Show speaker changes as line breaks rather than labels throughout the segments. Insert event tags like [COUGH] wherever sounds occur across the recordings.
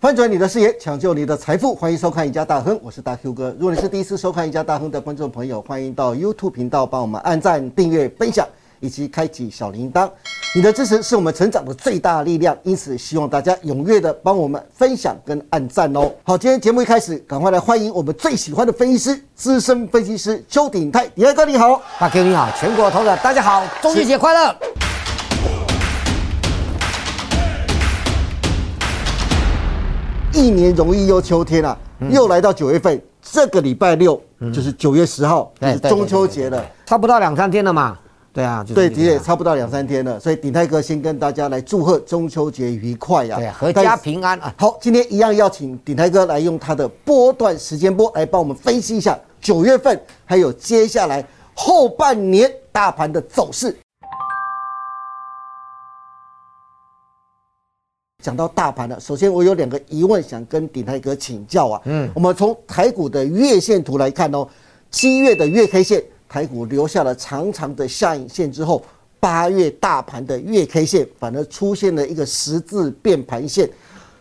翻转你的视野，抢救你的财富，欢迎收看《赢家大亨》，我是大 Q 哥。如果你是第一次收看《赢家大亨》的观众朋友，欢迎到 YouTube 频道帮我们按赞、订阅、分享，以及开启小铃铛。你的支持是我们成长的最大力量，因此希望大家踊跃的帮我们分享跟按赞哦。好，今天节目一开始，赶快来欢迎我们最喜欢的分析师、资深分析师邱鼎泰，鼎泰哥你好。
大 Q 你好，全国投资者大家好，中秋节快乐！
一年容易又秋天啊，又来到九月份，这个礼拜六就是九月十号，就
嗯对
是中秋节了。
差不到两三天了嘛，对啊，就是
对，
这
的确
样
差不到两三天了，所以鼎泰哥先跟大家来祝贺中秋节愉快呀、
对啊，阖家平安
但
啊
是。。好，今天一样要请鼎泰哥来用他的波段时间波来帮我们分析一下九月份还有接下来后半年大盘的走势。讲到大盘了，首先我有两个疑问想跟鼎泰哥请教啊。嗯，我们从台股的月线图来看哦，七月的月 K 线，台股留下了长长的下影线之后，八月大盘的月 K 线反而出现了一个十字变盘线，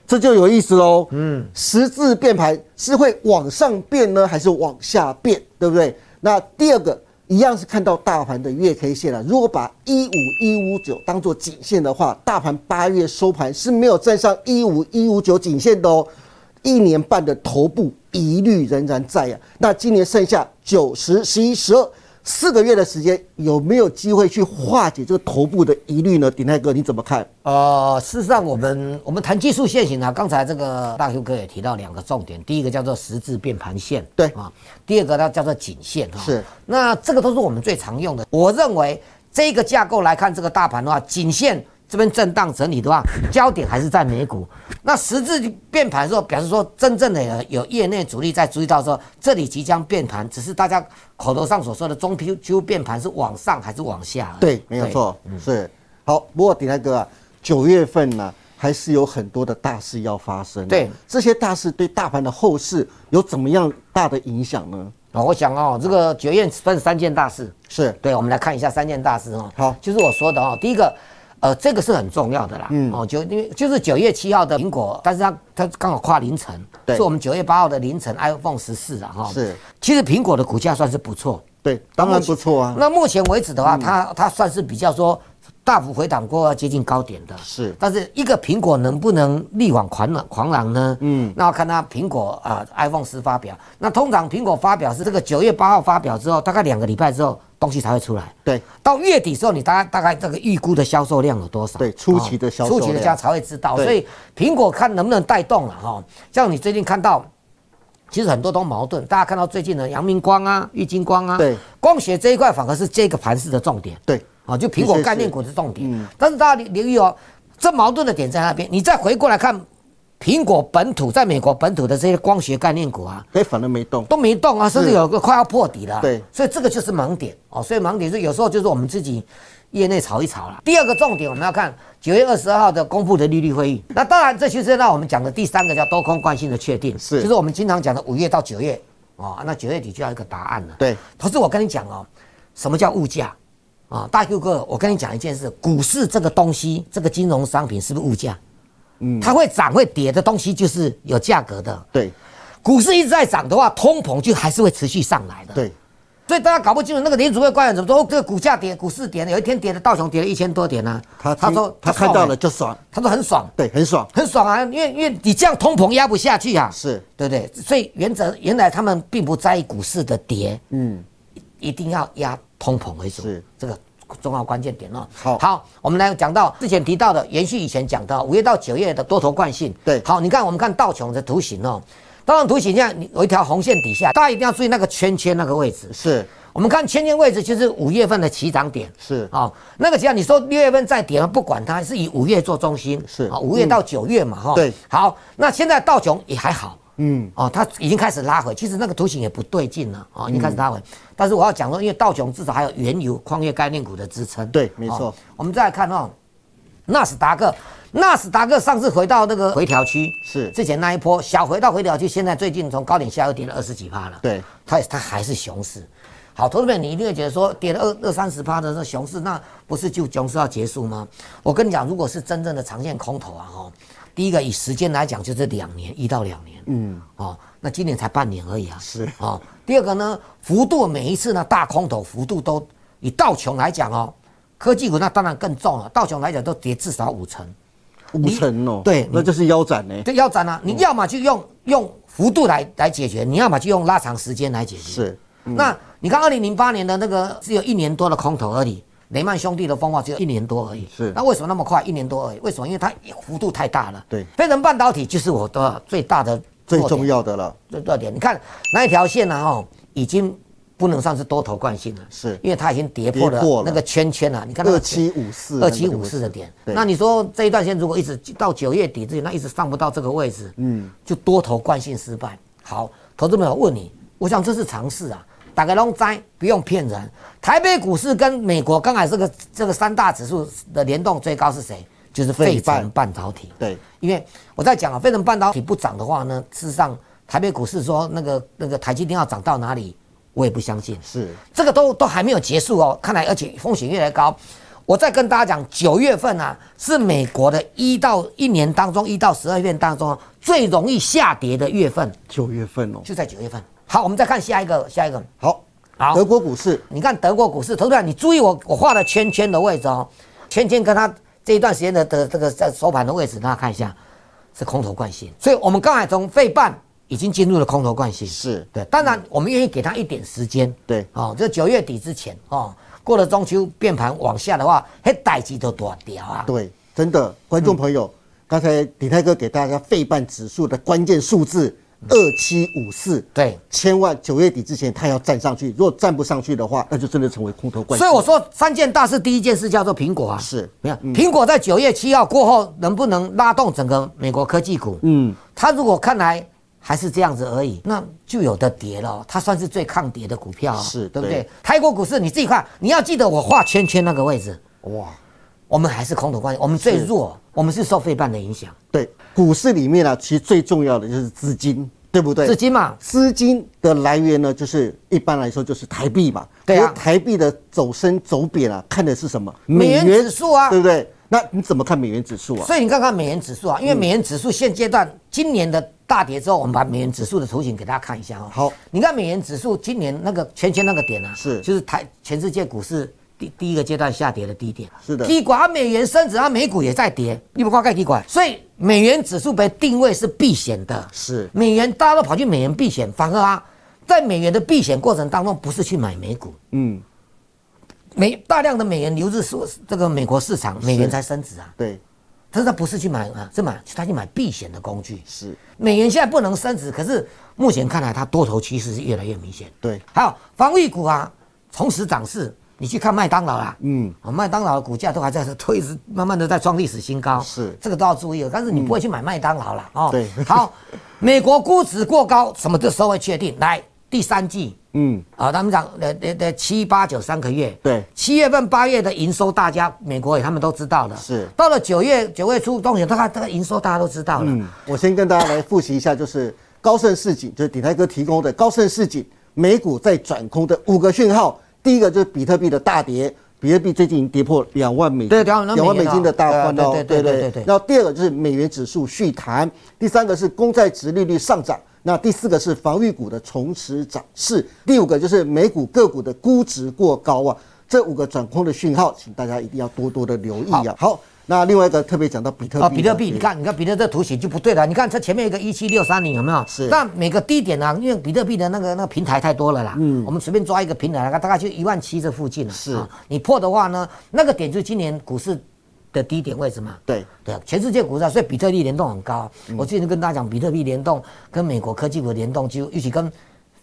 这就有意思喽。嗯，十字变盘是会往上变呢，还是往下变，对不对？那第二个一样是看到大盘的月 K 线啊，如果把一五一五九当做颈线的话，大盘八月收盘是没有站上一五一五九颈线的哦。一年半的头部疑虑仍然在呀、那今年剩下九十、十一、十二四个月的时间，有没有机会去化解这个头部的疑虑呢？鼎泰哥，你怎么看？
呃，事实上，我们我们谈技术线型啊，刚才这个大 Q 哥也提到两个重点，第一个叫做十字变盘线，
对
啊，第二个它叫做颈线哈。
是，
那这个都是我们最常用的。我认为这个架构来看，这个大盘的话，颈线这边震荡整理的话，焦点还是在美股。那十字变盘的时候，表示说真正的有有业内主力在注意到说，这里即将变盘，只是大家口头上所说的中秋变盘是往上还是往下而已？
对，没有错，是好。不过鼎泰哥啊，九月份呢、还是有很多的大事要发生、啊
对，
这些大事对大盘的后市有怎么样大的影响呢？
哦，我想哦，这个九月份三件大事，
是
对，我们来看一下三件大事哦。
好
就是我说的哦，第一个，呃，这个是很重要的啦。嗯，哦，九因为就是九月七号的苹果，但是它它刚好跨凌晨，
对
是我们九月八号的凌晨 iPhone 十四啊哈。
是，
其实苹果的股价算是不错，
对，当然不错啊。
那目前为止的话，它它算是比较说大幅回档过，接近高点的。
是
但是一个苹果能不能力挽狂澜狂澜呢？嗯，那要看它苹果啊、iPhone 十发表。那通常苹果发表是这个九月八号发表之后，大概两个礼拜之后东西才会出来。
对，
到月底时候，你大概大概这个预估的销售量有多少？
对初期的销售量
初期的价才会知道。
对
所以苹果看能不能带动了、哈、像你最近看到，其实很多都矛盾。大家看到最近的阳明光啊、郁金光啊，
对，
光学这一块反而是这个盘势的重点。
对，
啊，就苹果概念股是重点。
嗯
但是大家留意哦，这矛盾的点在那边。你再回过来看，苹果本土在美国本土的这些光学概念股啊，
哎，反而没动。
都没动啊，甚至有个快要破底了啊、
对
所以这个就是盲点哦。所以盲点是有时候就是我们自己业内炒一炒啦。第二个重点我们要看九月二十二号的公布的利率会议。那当然，这就是让我们讲的第三个叫多空惯性的确定，
是
就是我们经常讲的五月到九月哦，那九月底就要有一个答案了。
对，
可是我跟你讲哦，什么叫物价？啊、大 Q 哥，我跟你讲一件事，股市这个东西，这个金融商品是不是物价？嗯，它会涨会跌的东西就是有价格的。
对，
股市一直在涨的话，通膨就还是会持续上来的。，
对，
所以大家搞不清楚那个联储会官员怎么说，哦，这个股价跌，股市跌了，有一天跌的道琼跌了一千多点呢、啊
他他说他看
爽
到
欸
了，就爽，
他说很爽，
对，很爽。
很爽啊，因为因为你这样通膨压不下去啊，
是
对不对？所以原则原来他们并不在意股市的跌，嗯，一定要压通膨为主，
是
这个重要关键点哦。
好
好，我们来讲到之前提到的，延续以前讲到五月到九月的多头惯性，
对
好，你看我们看道琼的图形哦，道琼图形现在你有一条红线底下，大家一定要注意那个圈圈那个位置，
是
我们看千年位置就是五月份的起涨点，
是
啊、那个只要你说六月份再跌，不管它是以五月做中心，
是嗯
啊，五、月到九月嘛，哈、
对
好，那现在道琼也还好，嗯，哦，它已经开始拉回，其实那个图形也不对劲了，
嗯
哦，已经开始拉回，但是我要讲说，因为道琼至少还有原油、矿业概念股的支撑，
对没错
哦我们再来看哦，纳斯达克，纳斯达克上次回到那个回调区，
是
之前那一波小回到回调区，现在最近从高点下又跌了二十几趴了。
对，
它它还是熊市。好，投资者你一定会觉得说跌了二二三十趴的那熊市，那不是就熊市要结束吗？我跟你讲，如果是真正的长线空头啊，哈，第一个以时间来讲就是两年，一到两年，嗯，哦，那今年才半年而已啊，
是
哦。第二个呢，幅度每一次呢大空头幅度都以道琼来讲哦，科技股那当然更重了，道琼来讲都跌至少五成，
五成哦，
对
那就是腰斩欸呢。嗯
对，腰斩啊，你要么就用用幅度来来解决，你要么就用拉长时间来解决，
是，嗯
那你看，二零零八年的那个只有一年多的空头而已，雷曼兄弟的风暴只有一年多而已。
是
那为什么那么快？一年多而已，为什么？因为它幅度太大了。
对
飞能半导体就是我的最大的
最
弱点
重要的了。
这热点，你看那一条线呢、啊？哦，已经不能算是多头惯性了，
是
因为它已经跌破了
跌破了
那个圈圈了、你看
2754
二七五四的点。
对
那你说这一段线如果一直到九月底之前，那一直上不到这个位置，嗯，就多头惯性失败。好，投资朋友问你，我想这是常事啊。打个龙灾，不用骗人。台北股市跟美国刚才这个这个三大指数的联动最高是谁？就是费
费半
城半导体。
对，
因为我在讲啊，非成半导体不涨的话呢，事实上台北股市说那个那个台积电要涨到哪里，我也不相信。
是
这个都都还没有结束哦，看来而且风险越来越高。我再跟大家讲，九月份啊是美国的一到一年当中一到十二月当中最容易下跌的月份，
九月份哦。
就在九月份。好，我们再看下一个，下一个。
好，
好
德国股市
你看德国股市，投资者你注意我我画的圈圈的位置哦，圈圈跟它这一段时间的的这个在收盘的位置，大家看一下，是空头惯性。所以我们刚才从费半已经进入了空头惯性，
是
对。当然，我们愿意给它一点时间，
对
哦，这九月底之前哦，过了中秋变盘往下的话，那代机都多掉啊。
对，真的，观众朋友，
嗯
刚才李泰哥给大家费半指数的关键数字二七五四，
对
千万九月底之前他要站上去，如果站不上去的话，那就真的成为空头冠军。
所以我说三件大事，第一件事叫做苹果啊，
是嗯
没有苹果在九月七号过后能不能拉动整个美国科技股？嗯，它如果看来还是这样子而已，那就有的跌了哦，它算是最抗跌的股票哦，
是
对不对
对？
泰国股市你自己看，你要记得我画圈圈那个位置，
哇，
我们还是空头关系，我们最
是
弱，我们是受费半的影响，
对，股市里面呢、啊其实最重要的就是资金，对不对？
资金嘛，
资金的来源呢，就是一般来说就是台币嘛。
对
可
啊
是台币的走升走贬啊，看的是什么？
美元指数啊
对不对？那你怎么看美元指数啊？嗯
所以你看看美元指数啊，因为美元指数现阶段今年的大跌之后，我们把美元指数的图形给大家看一下哦。
好，
你看美元指数今年那个圈圈那个点啊，
是
就是台全世界股市第第一个阶段下跌的低点。
是的
低管啊，美元升值啊，美股也在跌，你不光盖低管，所以美元指数被定位是避险的，
是
美元大家都跑去美元避险，反而啊，在美元的避险过程当中，不是去买美股，
嗯，
美大量的美元流入说这个美国市场，美元才升值啊。
对，
但是他不是去买啊，是买他去买避险的工具。
是
美元现在不能升值，可是目前看来，它多头趋势是越来越明显。
对，
还有防御股啊，重拾涨势。你去看麦当劳啦，嗯，哦，麦当劳的股价都还在，都一直慢慢的在创历史新高，
是嗯
这个都要注意了。但是你不会去买麦当劳啦，哦，
对
好，美国估值过高，什么的时候会确定？来，第三季，
嗯，
啊、他们讲呃呃呃七八九三个月，
对
七月份八月的营收，大家美国也他们都知道了，
是
到了九月九月初，东西大概这个营收大家都知道了，
嗯，我先跟大家来复习一下，就是高盛市井，就是鼎泰哥提供的高盛市井美股在转空的五个讯号。第一个就是比特币的大跌，比特币最近已经跌破两万美
对两万
两万美
美
金
金
的
了
大关哦，
对对对对对对
然后第二个就是美元指数续弹，第三个是公债值利率上涨，那第四个是防御股的重拾涨势，第五个就是美股个股的估值过高啊。这五个转空的讯号，请大家一定要多多的留意啊。好，那另外一个特别讲到比特币
啊，
的，
比特币，
对
你看，你看比特这图形就不对了。啊你看它前面有一个一七六三零，有没有？
是
但每个低点呢、啊，因为比特币的那个那个平台太多了啦。嗯。我们随便抓一个平台，大概就一万七这附近了。
是
啊你破的话呢，那个点就是今年股市的低点位置嘛。
对。嗯
对啊，全世界股市啊，所以比特币联动很高啊、我之前就跟大家讲，比特币联动跟美国科技股联动，就一起跟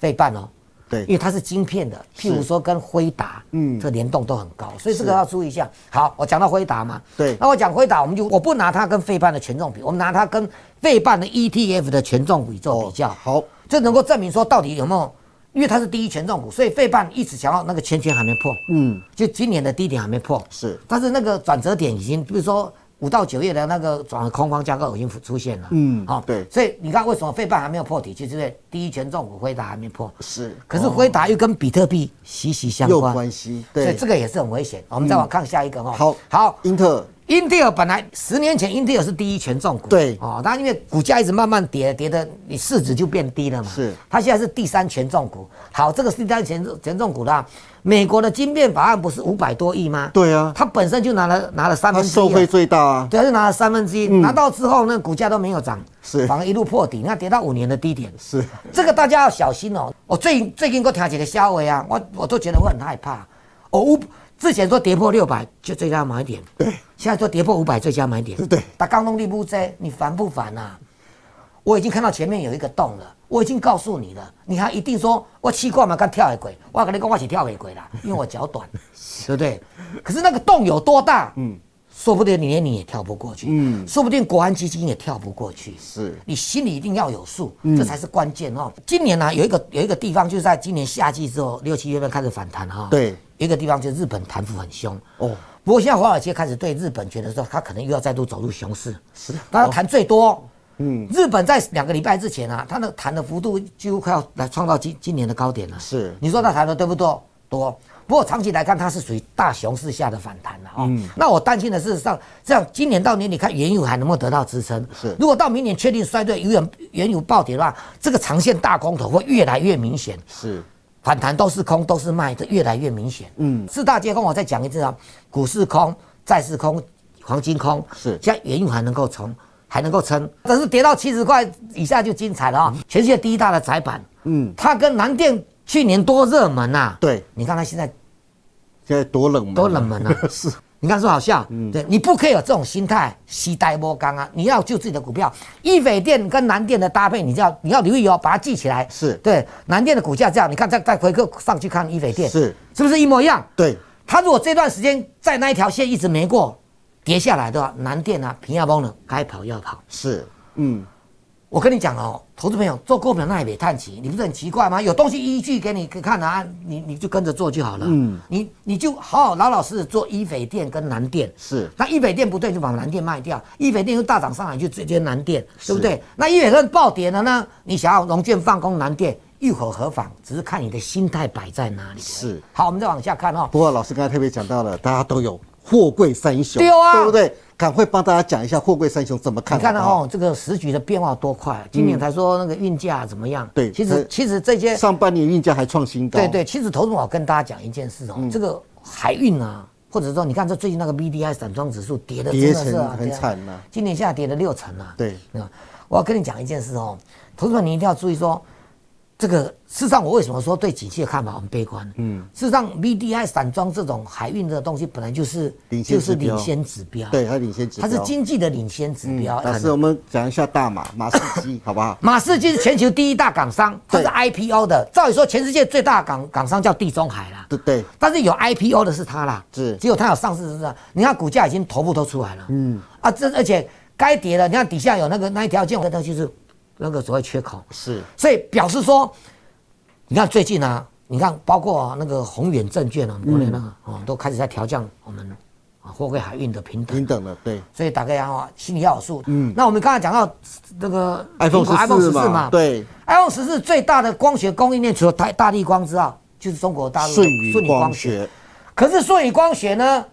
费半哦。
对
因为它是晶片的，譬如说跟辉达，嗯，这联动都很高，所以这个要注意一下。好，我讲到辉达嘛，
对
那我讲辉达，我们就我不拿它跟费半的权重比，我们拿它跟费半的 ETF 的权重比做比较，
哦好，
就能够证明说到底有没有，因为它是第一权重股，所以费半一直想要那个圈圈还没破，嗯，就今年的低点还没破，
是
但是那个转折点已经，比如说五到九月的那个转空方架构已经出现了，
嗯
好、
对
所以你看为什么费半还没有破底，就是因为第一权重股辉达还没破，
是
可是辉达又跟比特币息息相
有
关，
关系，
所以
对，嗯
这个也是很危险。我们再往看下一个哦，
好，
好，
英特尔
英特尔本来十年前英特尔是第一权重股，
对
哦，它因为股价一直慢慢跌，跌的你市值就变低了嘛。
是
它现在是第三权重股。好，这个是第三权权重股啦。美国的晶片法案不是五百多亿吗？
对啊
它本身就拿了拿了三
它
分之一啊。
受惠最大啊，
对，他就拿了三分之一，拿到之后呢，股价都没有涨，
嗯是
反而一路破底，那跌到五年的低点。
是
这个大家要小心哦。我最最近我听几个消息啊，我我都觉得我很害怕。我五之前说跌破六百就最佳买点，对，现在说跌破五百最佳买点，
对。
打钢弄力不在，你烦不烦啊？我已经看到前面有一个洞了，我已经告诉你了，你还一定说我气过嘛，刚跳一鬼，我跟你讲我是跳一鬼啦，因为我脚短，对不对？可是那个洞有多大？嗯，说不定你连你也跳不过去，嗯，说不定国安基金也跳不过去，
是
你心里一定要有数，这才是关键哦。今年呢、有一个有一个地方就是在今年夏季之后六七月份开始反弹哈、
对，
有一个地方就是日本弹幅很凶
哦
哦。不过现在华尔街开始对日本觉得说，它可能又要再度走入熊市，是，它弹最多。嗯，日本在两个礼拜之前啊，它的弹的幅度几乎快要来创造今今年的高点了。
是
你说它弹的多不多？多。不过长期来看，它是属于大熊市下的反弹了啊、哦。那我担心的是上，这样今年到年底看原油还能不能得到支撑？
是
如果到明年确定衰退，原原油暴跌的话，这个长线大空头会越来越明显。
是
反弹都是空，都是卖，这越来越明显。嗯，四大皆空，我再讲一次啊，股市空，债市空，黄金空，
是
现在原油还能够冲，还能够撑，但是跌到七十块以下就精彩了
嗯
啊、全世界第一大的窄板，嗯，它跟南电去年多热门呐、啊
对，
你看它现在
现在多冷门，
多冷门啊！
[LAUGHS]
是，你看说好笑，
嗯
对你不可以有这种心态，西呆摸刚啊！你要救自己的股票，易斐电跟南电的搭配，你就要你要留意哦，把它记起来。
是
对南电的股价这样，你看再再回个上去看易斐电，
是
是不是一模一样？
对，
它如果这段时间在那一条线一直没过，跌下来的话，南电啊、平亚崩了，该跑要跑。
是，嗯，
我跟你讲哦，投资朋友做股票那也别探奇，你不是很奇怪吗？有东西依据给你看啊，你你就跟着做就好了。嗯，你你就好好老老实实做一北店跟南店。
是
那一北店不对，就把南店卖掉；一北店又大涨上来，就直接南店，对不对？那一北店暴跌了呢，你想要融券放空南店，欲火何妨？只是看你的心态摆在哪里。
是。
好，我们再往下看哦。
不过老师刚才特别讲到了，大家都有货柜三雄，
对啊
对不对？赶快帮大家讲一下货柜三雄怎么看。啊
你看到
好不好，
哦，这个时局的变化多快！啊今年才说那个运价怎么样？
对
其
呃
实其实这些
上半年运价还创新高，
对对，其实投资我跟大家讲一件事哦，
嗯
这个海运啊，或者说你看这最近那个 BDI 散装指数跌的
跌
真的是、啊
成、很
对
惨呐
今年下跌了六成啊。
对
吧，我要跟你讲一件事哦，投资者你一定要注意说，这个事实上我为什么说对景气的看法很悲观？嗯，事实上 BDI 散装这种海运的东西本来就是
领先
就
指
是
标
领先指标，
对，它领先指
它
标。嗯
是经济的领先指标。
老
很
师，我们讲一下大马马士基，好不好？
马士基是全球第一大港商，它是
对
IPO 的。照理说，全世界最大的港港商叫地中海啦。
对对，
但是有 IPO 的是它啦，
是
只有它有上市是啊。你看股价已经头部都出来了，嗯啊，这而且该跌了，你看底下有那个那一条线，那就是那个所谓缺口，
是
所以表示说，你看最近啊，你看包括、那个宏远证券啊，
嗯
国内那个、哦都开始在调降我们啊货柜海运的平等。
平等的，对
所以大家要心里要有数。嗯，那我们刚才讲到那个
，iPhone
苹果
十四
14
嘛，对，
iPhone 十四最大的光学供应链，除了台大力光之外，就是中国大陆的
顺宇光学，
可是顺宇光学呢，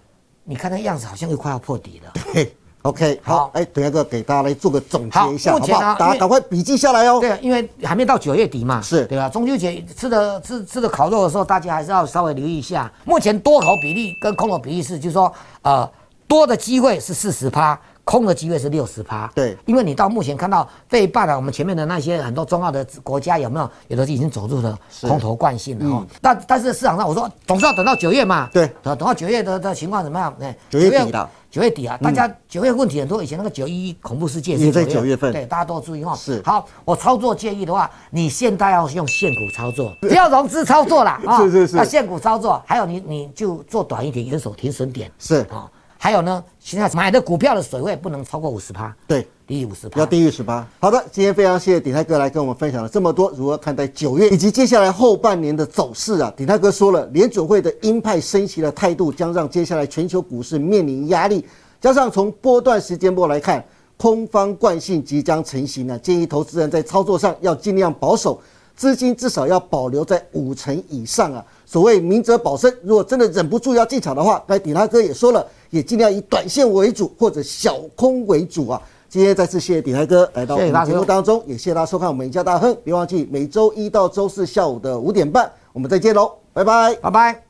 你看那样子好像又快要破底了。
嘿，OK，好
好，
哎，等一下哥给大家来做个总结
好
一下，好
目
不
前啊
好？大家
因为
赶快笔记下来哦。
对，因为还没到九月底嘛，
是
对吧？中秋节吃的吃吃的烤肉的时候，大家还是要稍微留意一下。目前多头比例跟空头比例是，就是说，呃，多的机会是四十趴，空的机会是六十趴。
对
因为你到目前看到费半啊，我们前面的那些很多重要的国家有没有，有的已经走入了空头惯性了哦。那但是市场上，我说总是要等到九月嘛，
嗯对
等到九月的的情况怎么样？哎，
九月底了。
九月底啊，大家九月问题很多，以前那个九一一恐怖事件
也
是
在
9
9月份
对，大家都注意哈。
是
好，我操作建议的话，你现在要用现股操作，不要融资操作
[LAUGHS]
啦。啊
是是是
要现股操作，还有你你就做短一点，严守停损点
是
啊。还有呢，现在买的股票的水位不能超过五十趴，
对。
低于五十趴
要。低于十八。好的，今天非常谢谢鼎泰哥来跟我们分享了这么多如何看待九月以及接下来后半年的走势啊。鼎泰哥说了，联准会的鹰派升息的态度将让接下来全球股市面临压力，加上从波段时间波来看，空方惯性即将成型啊，建议投资人在操作上要尽量保守。资金至少要保留在五成以上啊。所谓明哲保身，如果真的忍不住要进场的话，该鼎泰哥也说了，也尽量以短线为主或者小空为主啊。今天再次谢谢鼎泰哥来到我
谢谢大
们
哥
节目当中，也谢谢大家收看我们赢家大亨。别忘记每周一到周四下午的五点半，我们再见喽，拜拜。
拜拜。